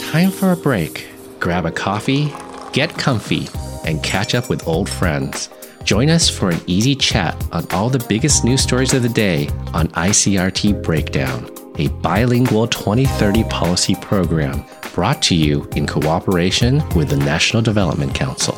time for a break. Grab a coffee, get comfy, and catch up with old friends. Join us for an easy chat on all the biggest news stories of the day on ICRT Breakdown, a bilingual 2030 policy program brought to you in cooperation with the National Development Council.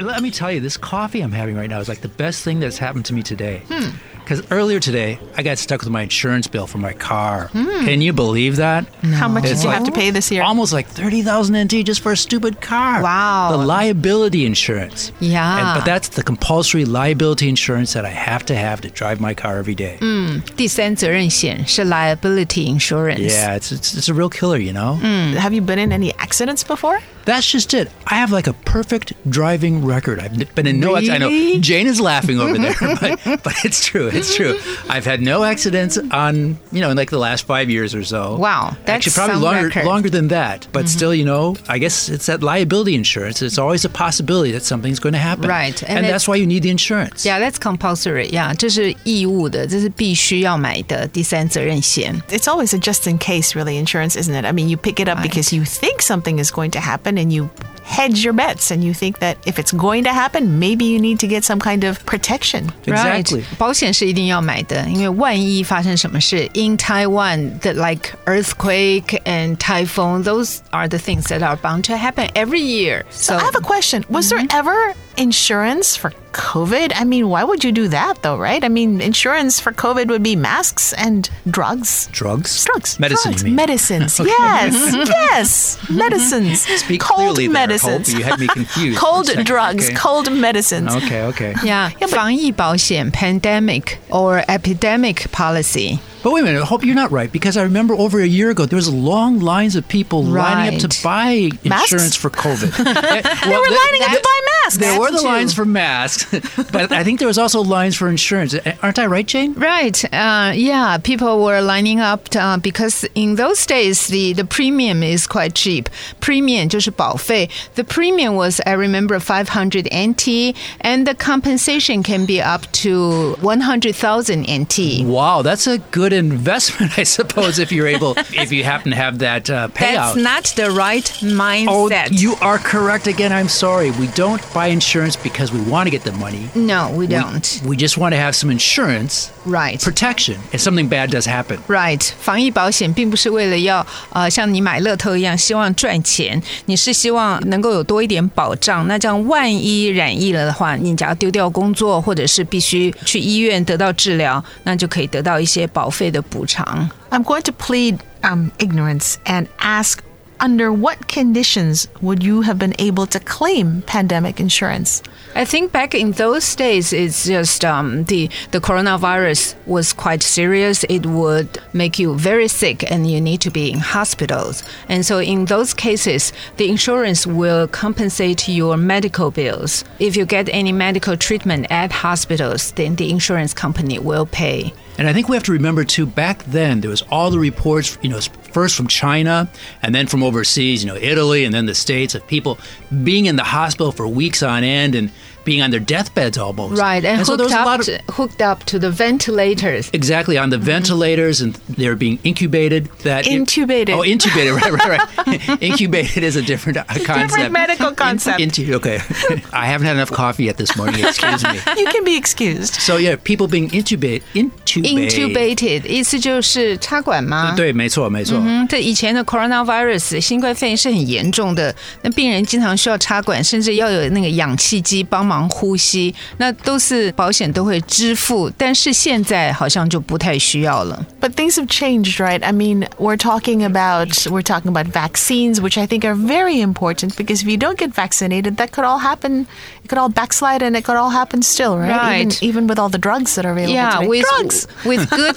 Let me tell you, this coffee I'm having right now is like the best thing that's happened to me today. Hmm. Because earlier today, I got stuck with my insurance bill for my car. Can you believe that? Hmm. How much It's did you like- Um, have to pay this year? Almost like thirty thousand NT just for a stupid car. Wow. The liability insurance. Yeah. And, but that's the compulsory liability insurance that I have to have to drive my car every day. Hmm. 第三责任险是 liability insurance。 Yeah, it's, it's it's a real killer, you know. Have you been in any accidents before? That's just it. I have like a perfect driving record. I've n- been in no accident. I know Really? Jane is laughing over there, but, but it's true. It's true. I've had no accidents on you know in like the last five years or so. Wow, that's actually probably some longer record. longer than that. But still, you know, I guess it's that liability insurance. It's always a possibility that something's going to happen. Right, and, and that's why you need the insurance. Yeah, that's compulsory. Yeah，这是义务的，这是必须要买的第三责任险。 It's always a just in case, really, insurance, isn't it? I mean, you pick it up because you think something is going to happen and you hedge your bets and you think that if it's going to happen, maybe you need to get some kind of protection. Exactly. Right，保险是一定要买的，因为万一发生什么事，in Taiwan the like earthquake and typhoon, those are the things that are bound to happen every year. So, I have a question. Was Mm-hmm. there ever insurance for COVID? I mean, why would you do that though, right? I mean, insurance for COVID would be masks and drugs. Drugs. Drugs. Medicine. drugs, You mean. Medicines. Yes. yes. Medicines. Speak cold clearly there, Hope. medicines. You had me confused for a cold second, drugs. okay? Cold medicines. Okay. Okay. yeah, 防疫保险 pandemic or epidemic policy。 But wait a minute, I hope you're not right because I remember over a year ago there was long lines of people lining up to Right. buy Masks? insurance for COVID. they, They were lining up to buy masks. There were the too. lines for masks, but I think there was also lines for insurance. Uh, Aren't I right, Jane? Right. Uh, yeah, people were lining up uh, because in those days the, the premium is quite cheap. Premium 就是保费. The premium was I remember 500 NT and the compensation can be up to 100,000 NT. Wow, that's a good investment, I suppose, if you're able, if you happen to have that uh, payout. That's not the right Oh, mindset. you are correct again. I'm sorry. We don't buy insurance because we want to get the money. no, we don't. We just want to have some insurance right. protection if something bad does happen. Right，防疫保险并不是为了要呃像你买乐透一样希望赚钱，你是希望能够有多一点保障。那这样万一染疫了的话，你只要丢掉工作，或者是必须去医院得到治疗，那就可以得到一些保费的补偿。 I'm going to plead um, ignorance and ask under what conditions would you have been able to claim pandemic insurance? I think back in those days, it's just um, the the coronavirus was quite serious. It would make you very sick, and you need to be in hospitals. And so, in those cases, the insurance will compensate your medical bills. If you get any medical treatment at hospitals, then the insurance company will pay. And I think we have to remember too. Back then, there was all the reports, you know, first from China and then from overseas, you know, Italy and then the states of people being in the hospital for weeks on end and being on their deathbeds almost. Right, and, so there was hooked a up lot of to, Mm-hmm. hooked up to the ventilators. exactly on the ventilators and they're being incubated. That it- Intubated. oh, intubated. Right, right, right. incubated is a different uh, concept. medical In- concept. intu- okay, I haven't had enough coffee yet this morning. Excuse me. You can be excused. So yeah, people being intubate, intubated. Intubated 意思就是插管吗？对，没错，没错。嗯，这以前的 coronavirus 新冠肺炎是很严重的，那病人经常需要插管，甚至要有那个氧气机帮忙呼吸，那都是保险都会支付，但是现在好像就不太需要了。 But things have changed, right? I mean, we're talking about we're talking about vaccines, which I think are very important because if you don't get vaccinated, that could all happen. It could all backslide, and it could all happen still, right? Right. Even, even with all the drugs that are available Yeah, today. with drugs. with good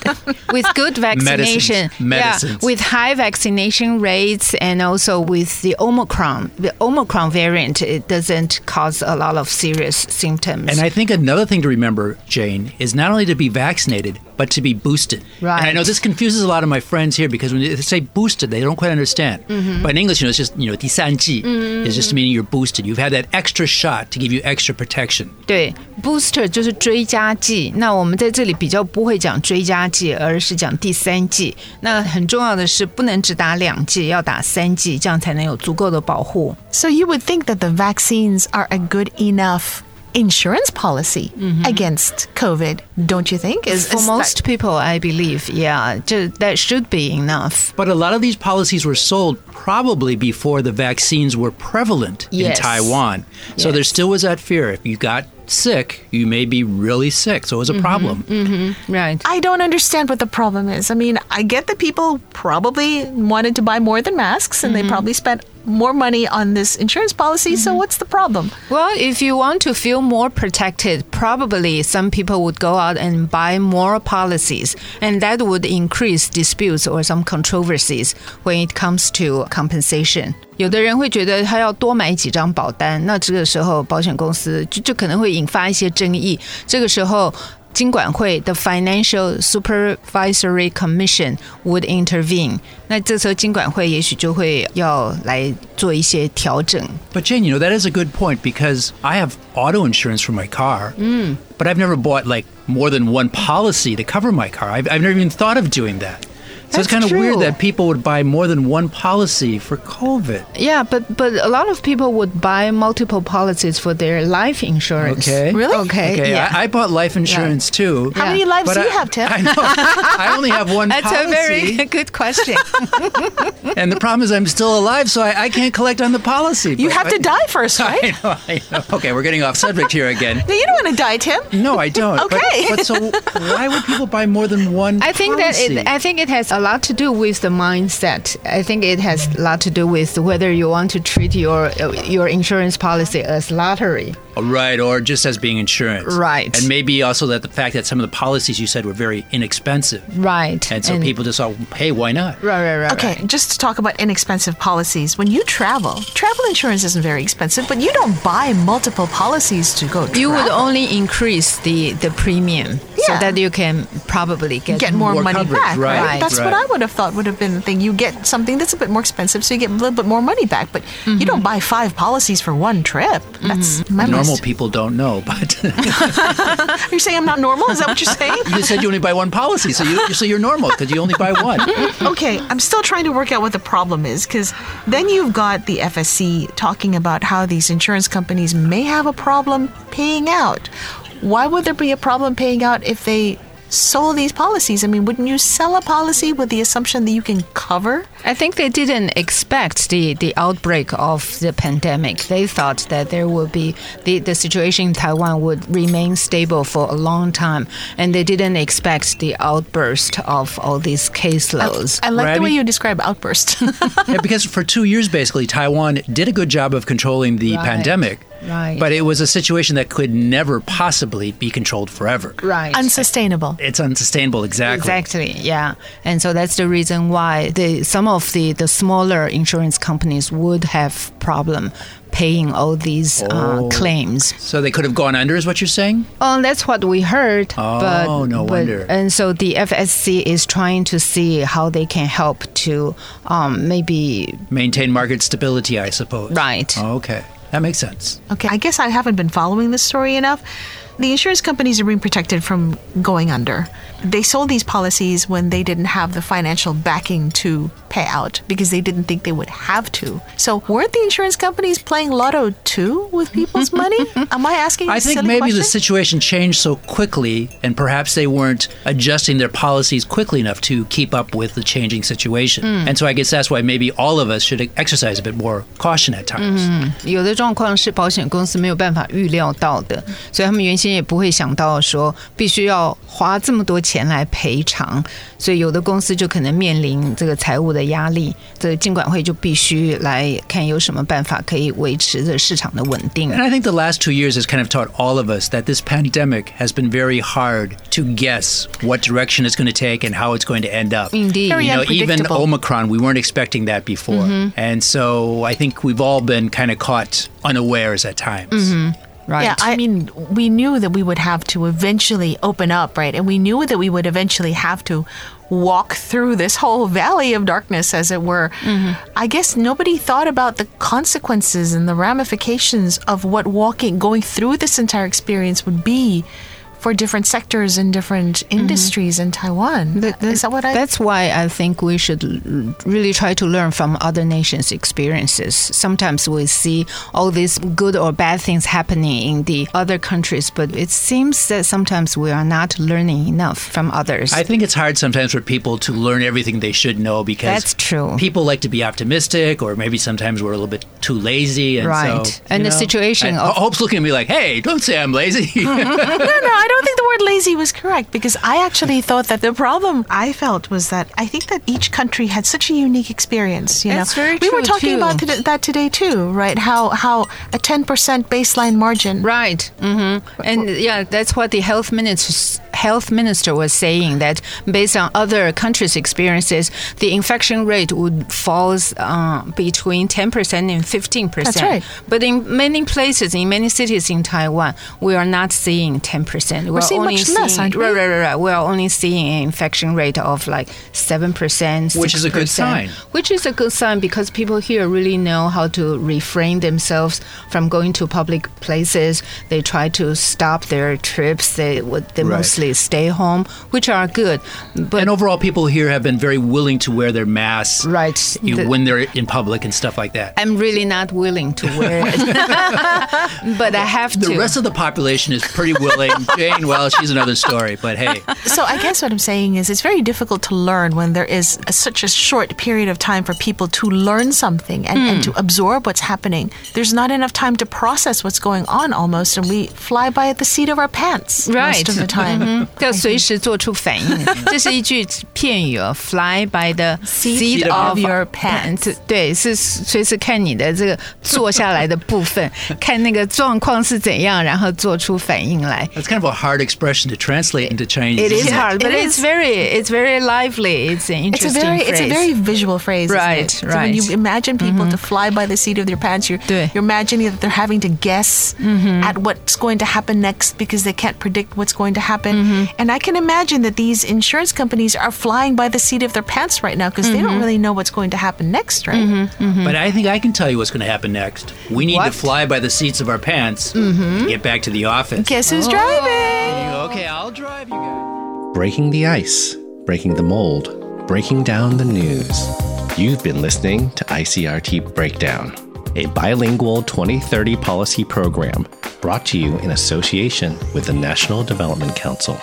with good vaccination, Medicines. Medicines. yeah, with high vaccination rates, and also with the Omicron, the Omicron variant, it doesn't cause a lot of serious symptoms. And I think another thing to remember, Jane, is not only to be vaccinated, but to be boosted. And I know Right. this confuses a lot of my friends here because when they say boosted, they don't quite understand. Mm-hmm. But in English, you know, it's just, you know, 第三剂 is just meaning you're boosted. You've had that extra shot to give you extra protection. 对，booster 就是追加剂。那我们在这里比较不会讲追加剂，而是讲第三剂。那很重要的是，不能只打两剂，要打三剂，这样才能有足够的保护。 So you would think that the vaccines are a good enough insurance policy against COVID, don't you think? Is, Mm-hmm. For is that- most people, I believe, yeah, 这 that should be enough. But a lot of these policies were sold probably before the vaccines were prevalent Yes. in Taiwan. So there Yes. still was that fear. If you got sick, you may be really sick. So it was Mm-hmm. a problem. Right. I don't understand what the problem is. I mean, I get that people probably wanted to buy more than masks Mm-hmm. and they probably spent more money on this insurance policy. So what's the problem? Well, if you want to feel more protected, probably some people would go out and buy more policies, and that would increase disputes or some controversies when it comes to compensation. 有的人会觉得他要多买几张保单，那这个时候保险公司就就可能会引发一些争议。这个时候，金管会的 Financial Supervisory Commission would intervene。那这时候金管会也许就会要来做一些调整。 But Jane, you know, that is a good point because I have auto insurance for my car, Mm. but I've never bought like more than one policy to cover my car. I've, I've never even thought of doing that. So That's it's kind of weird true. that people would buy more than one policy for COVID. Yeah, but but a lot of people would buy multiple policies for their life insurance. Okay. Really? Okay. Okay, yeah. I, I bought life insurance too. How Yeah. many lives But do you I- have, Tim? I know. I only have one that's policy, a very good question. and the problem is I'm still alive, so I, I can't collect on the policy. you But have I- to die first, right? I know, I know. Okay, we're getting off subject here again. No, you don't want to die, Tim. No, I don't. But- Okay. But, so why would people buy more than one? I think that policy? it, I think it has a lot to do with the mindset. I think it has a lot to do with whether you want to treat your uh, your insurance policy as lottery. Oh, Right, or just as being insurance. Right. And maybe also that the fact that some of the policies you said were very inexpensive. Right. And so people just thought, hey, why not? Right, right, right. Okay, right. just to talk about inexpensive policies. When you travel, travel insurance isn't very expensive, but you don't buy multiple policies to go travel. You would only increase the, the premium so Yeah. that you can probably get, get more, more money coverage, back. right, right. That's what I would have thought would have been the thing. You get something that's a bit more expensive, so you get a little bit more money back. But you don't buy five policies for one trip. That's my Normal most- people don't know, but You're saying I'm not normal? Is that what you're saying? you said you only buy one policy, so you so you're normal because you only buy one. okay, I'm still trying to work out what the problem is because then you've got the FSC talking about how these insurance companies may have a problem paying out. Why would there be a problem paying out if they sold these policies? I mean, wouldn't you sell a policy with the assumption that you can cover? I think they didn't expect the, the outbreak of the pandemic. They thought that there would be the, the situation in Taiwan would remain stable for a long time, and they didn't expect the outburst of all these caseloads. I like Right, I the way mean- you describe outburst. Yeah, because for two years, basically, Taiwan did a good job of controlling the Right, pandemic. right. But it was a situation that could never possibly be controlled forever. right. Unsustainable. It's unsustainable, exactly. Exactly, yeah. And so that's the reason why the some of the, the smaller insurance companies would have problem paying all these uh, Oh. claims. So they could have gone under, is what you're saying? Oh, that's what we heard. Oh, but, no but- wonder. And so the FSC is trying to see how they can help to um, maybe Maintain market stability, I suppose. Oh, Right. Okay. That makes sense. Okay, I guess I haven't been following this story enough. The insurance companies are being protected from going under. They sold these policies when they didn't have the financial backing to pay out because they didn't think they would have to. So, weren't the insurance companies playing lotto too with people's money? Am I asking? I a think silly maybe question? the situation changed so quickly, and perhaps they weren't adjusting their policies quickly enough to keep up with the changing situation. Hmm. And so I guess that's why maybe all of us should exercise a bit more caution at times. 有的状况是保险公司没有办法预料到的，所以他们原先也不会想到说必须要花这么多钱来赔偿，所以有的公司就可能面临这个财务的压力，这个监管会就必须来看有什么办法可以维持着市场的稳定。 And I think the last two years has kind of taught all of us that this pandemic has been very hard to guess what direction it's going to take and how it's going to end up. Indeed. Very Mm-hmm. you know, even unpredictable. Omicron, we weren't expecting that before, and so I think we've all been kind of caught unawares at times. right? Yeah, I mean, we knew that we would have to eventually open up, right? And we knew that we would eventually have to walk through this whole valley of darkness, as it were. Mm-hmm. I guess nobody thought about the consequences and the ramifications of what walking, going through this entire experience would be for different sectors and different industries in Taiwan. Th- th- Uh, Is that what I? Mm-hmm. That's why I think we should l- really try to learn from other nations' experiences. Sometimes we see all these good or bad things happening in the other countries, but it seems that sometimes we are not learning enough from others. I think it's hard sometimes for people to learn everything they should know because That's true. People like to be optimistic, or maybe sometimes we're a little bit too lazy. And so, Right. And you the situation and of- Mm-hmm. Hope's looking at me like, "Hey, don't say I'm lazy." no, no, I don't think the word lazy was correct because I actually thought that the problem I felt was that I think that each country had such a unique experience. You That's know, very we were true, talking too. about th- that today too, right? How how a ten percent baseline margin. Right. hmm And yeah, that's what the health minister health minister was saying that based on other countries' experiences, the infection rate would falls uh, between ten percent and fifteen percent. That's right. But in many places, in many cities in Taiwan, we are not seeing ten percent. We're, seeing only much less, seeing- aren't we? Right, right, right, right. We're only seeing an infection rate of like seven percent, Which is a good sign. which is a good sign because people here really know how to refrain themselves from going to public places. They try to stop their trips. They would they Right. mostly stay home, which are good. But and overall, people here have been very willing to wear their masks, Right. you- The- when they're in public and stuff like that. I'm really not willing to wear it, but I have the to. rest of the population is pretty willing. Jane, well, she's another story, but hey, So I guess what I'm saying is it's very difficult to learn when there is a, such a short period of time for people to learn something and, and Hmm. to absorb what's happening. There's not enough time to process what's going on almost, and we fly by at the seat of our pants Right. Mm-hmm. most of the time. 要随时做出反应，这是一句片语哦，“Fly by the seat of of your pants”。对，是随时看你的这个坐下来的部分，看那个状况是怎样，然后做出反应来。 that's kind of a hard expression to translate into Chinese. It is isn't hard, but it it's is. very, it's very lively. It's an It's a interesting very it's phrase. a very visual phrase, isn't it? Right, So right. Mm-hmm. when you imagine people to fly by the seat of their pants, you're 对。 you're imagining that they're having to guess Mm-hmm. at what's going to happen next because they can't predict what's going to happen. Mm-hmm. And I can imagine that these insurance companies are flying by the seat of their pants right now because they Mm-hmm. don't really know what's going to happen next, right? But I think I can tell you what's going to happen next. We need to What? Mm-hmm. fly by the seats of our pants and get back to the office. Guess who's Oh. driving? Okay, I'll drive you guys. breaking the ice, breaking the mold, breaking down the news. You've been listening to ICRT Breakdown, a bilingual 2030 policy program brought to you in association with the National Development Council.